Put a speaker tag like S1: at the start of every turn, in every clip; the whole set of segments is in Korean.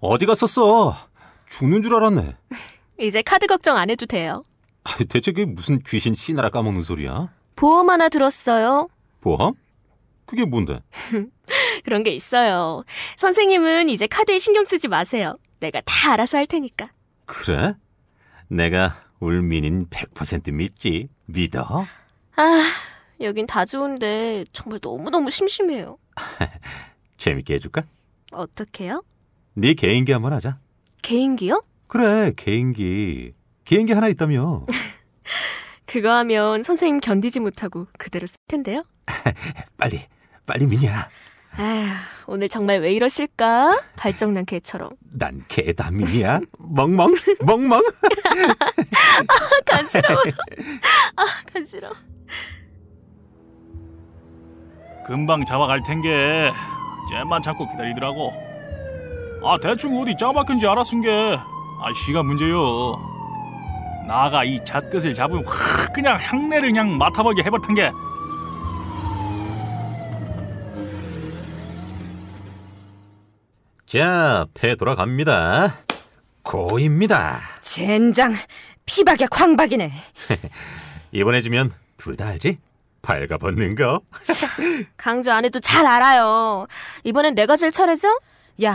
S1: 어디 갔었어? 죽는 줄 알았네.
S2: 이제 카드 걱정 안 해도 돼요.
S1: 아, 대체 그게 무슨 귀신 씨나라 까먹는 소리야?
S2: 보험 하나 들었어요.
S1: 보험? 그게 뭔데?
S2: 그런 게 있어요. 선생님은 이제 카드에 신경 쓰지 마세요. 내가 다 알아서 할 테니까.
S1: 그래? 내가 울민인 100% 믿지. 믿어?
S2: 아, 여긴 다 좋은데 정말 너무너무 심심해요.
S1: 재밌게 해줄까?
S2: 어떡해요?
S1: 네 개인기 한번 하자.
S2: 개인기요?
S1: 그래, 개인기. 개인기 하나 있다며.
S2: 그거 하면 선생님 견디지 못하고 그대로 쓸 텐데요.
S1: 빨리, 빨리 미니야.
S2: 아휴, 오늘 정말 왜 이러실까? 발정난 개처럼.
S1: 난 개다민이야. 멍멍, 멍멍.
S2: 간지러워. 아, 간지러워.
S3: 금방 잡아갈 텐게 쟤만 잡고 기다리더라고 아 대충 어디 짜박힌지 알았은 게아 시간 문제요 나가 이 잣끝을 잡으면 확 그냥 향내를 그냥 맡아보게 해버탄 게
S1: 자, 배 돌아갑니다. 고입니다.
S4: 젠장 피박의 광박이네.
S1: 이번에 지면 둘 다 알지? 밝아벗는 거.
S2: 강조 안 해도 잘 알아요. 이번엔 내가 제일 차례죠?
S4: 야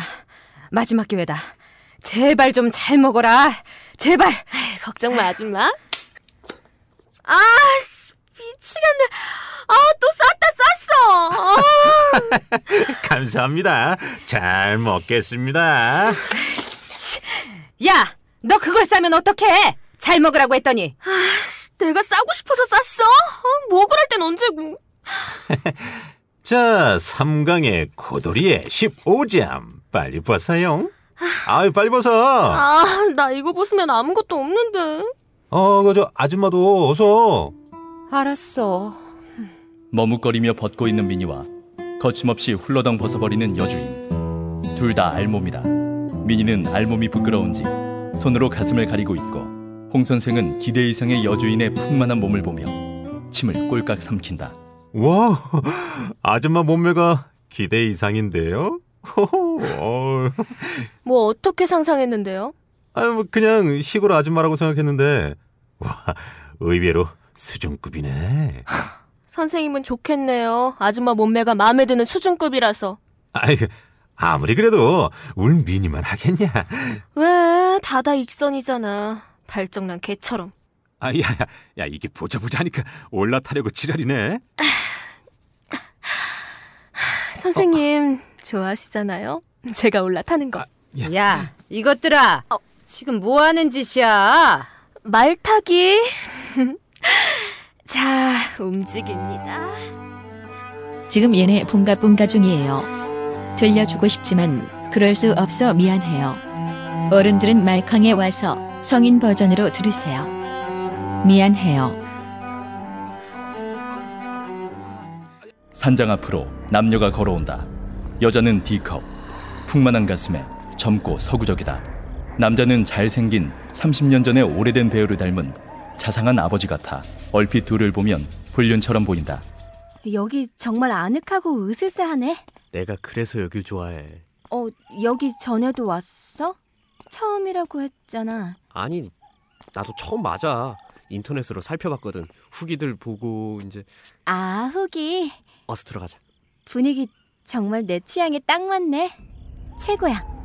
S4: 마지막 기회다. 제발 좀 잘 먹어라. 제발.
S2: 걱정 마, 아줌마. 아씨, 미치겠네. 아, 또 쌌다, 쌌어. 아.
S1: 감사합니다. 잘 먹겠습니다.
S4: 야 너 그걸 싸면 어떡해? 잘 먹으라고 했더니
S2: 내가 싸고 싶어서 쌌어? 아, 먹으랄 땐 언제고.
S1: 자, 삼강의 고도리에 15점. 빨리 벗어요. 아유, 빨리 벗어.
S2: 아, 나 이거 벗으면 아무것도 없는데.
S1: 어, 그저 아줌마도 어서.
S4: 알았어.
S5: 머뭇거리며 벗고 있는 미니와 거침없이 훌러덩 벗어버리는 여주인 둘 다 알몸이다 미니는 알몸이 부끄러운지 손으로 가슴을 가리고 있고 홍 선생은 기대 이상의 여주인의 풍만한 몸을 보며 침을 꼴깍 삼킨다
S1: 와, 아줌마 몸매가 기대 이상인데요? 호호, 어우.
S2: 뭐 어떻게 상상했는데요?
S1: 아유, 뭐 그냥 시골 아줌마라고 생각했는데. 와, 의외로 수준급이네.
S2: 선생님은 좋겠네요. 아줌마 몸매가 마음에 드는 수준급이라서.
S1: 아이, 아무리 그래도 울 미니만 하겠냐.
S2: 왜? 다다 익선이잖아. 발정난 개처럼.
S1: 아, 야, 야, 야, 이게 보자 보자 하니까 올라타려고 지랄이네.
S2: 선생님, 좋아하시잖아요? 제가 올라타는 거.
S4: 야 이것들아 지금 뭐 하는 짓이야?
S2: 말 타기. 자, 움직입니다.
S6: 지금 얘네 붕가붕가 중이에요. 들려주고 싶지만 그럴 수 없어 미안해요. 어른들은 말캉에 와서 성인 버전으로 들으세요. 미안해요.
S5: 산장 앞으로 남녀가 걸어온다 여자는 D컵 풍만한 가슴에 젊고 서구적이다 남자는 잘생긴 30년 전의 오래된 배우를 닮은 자상한 아버지 같아 얼핏 둘을 보면 불륜처럼 보인다
S7: 여기 정말 아늑하고 으스스하네.
S8: 내가 그래서 여길 좋아해.
S7: 어, 여기 전에도 왔어? 처음이라고 했잖아.
S8: 아니, 나도 처음 맞아. 인터넷으로 살펴봤거든. 후기들 보고 이제
S7: 아, 후기.
S8: 어서 들어가자.
S7: 분위기 정말 내 취향에 딱 맞네. 최고야.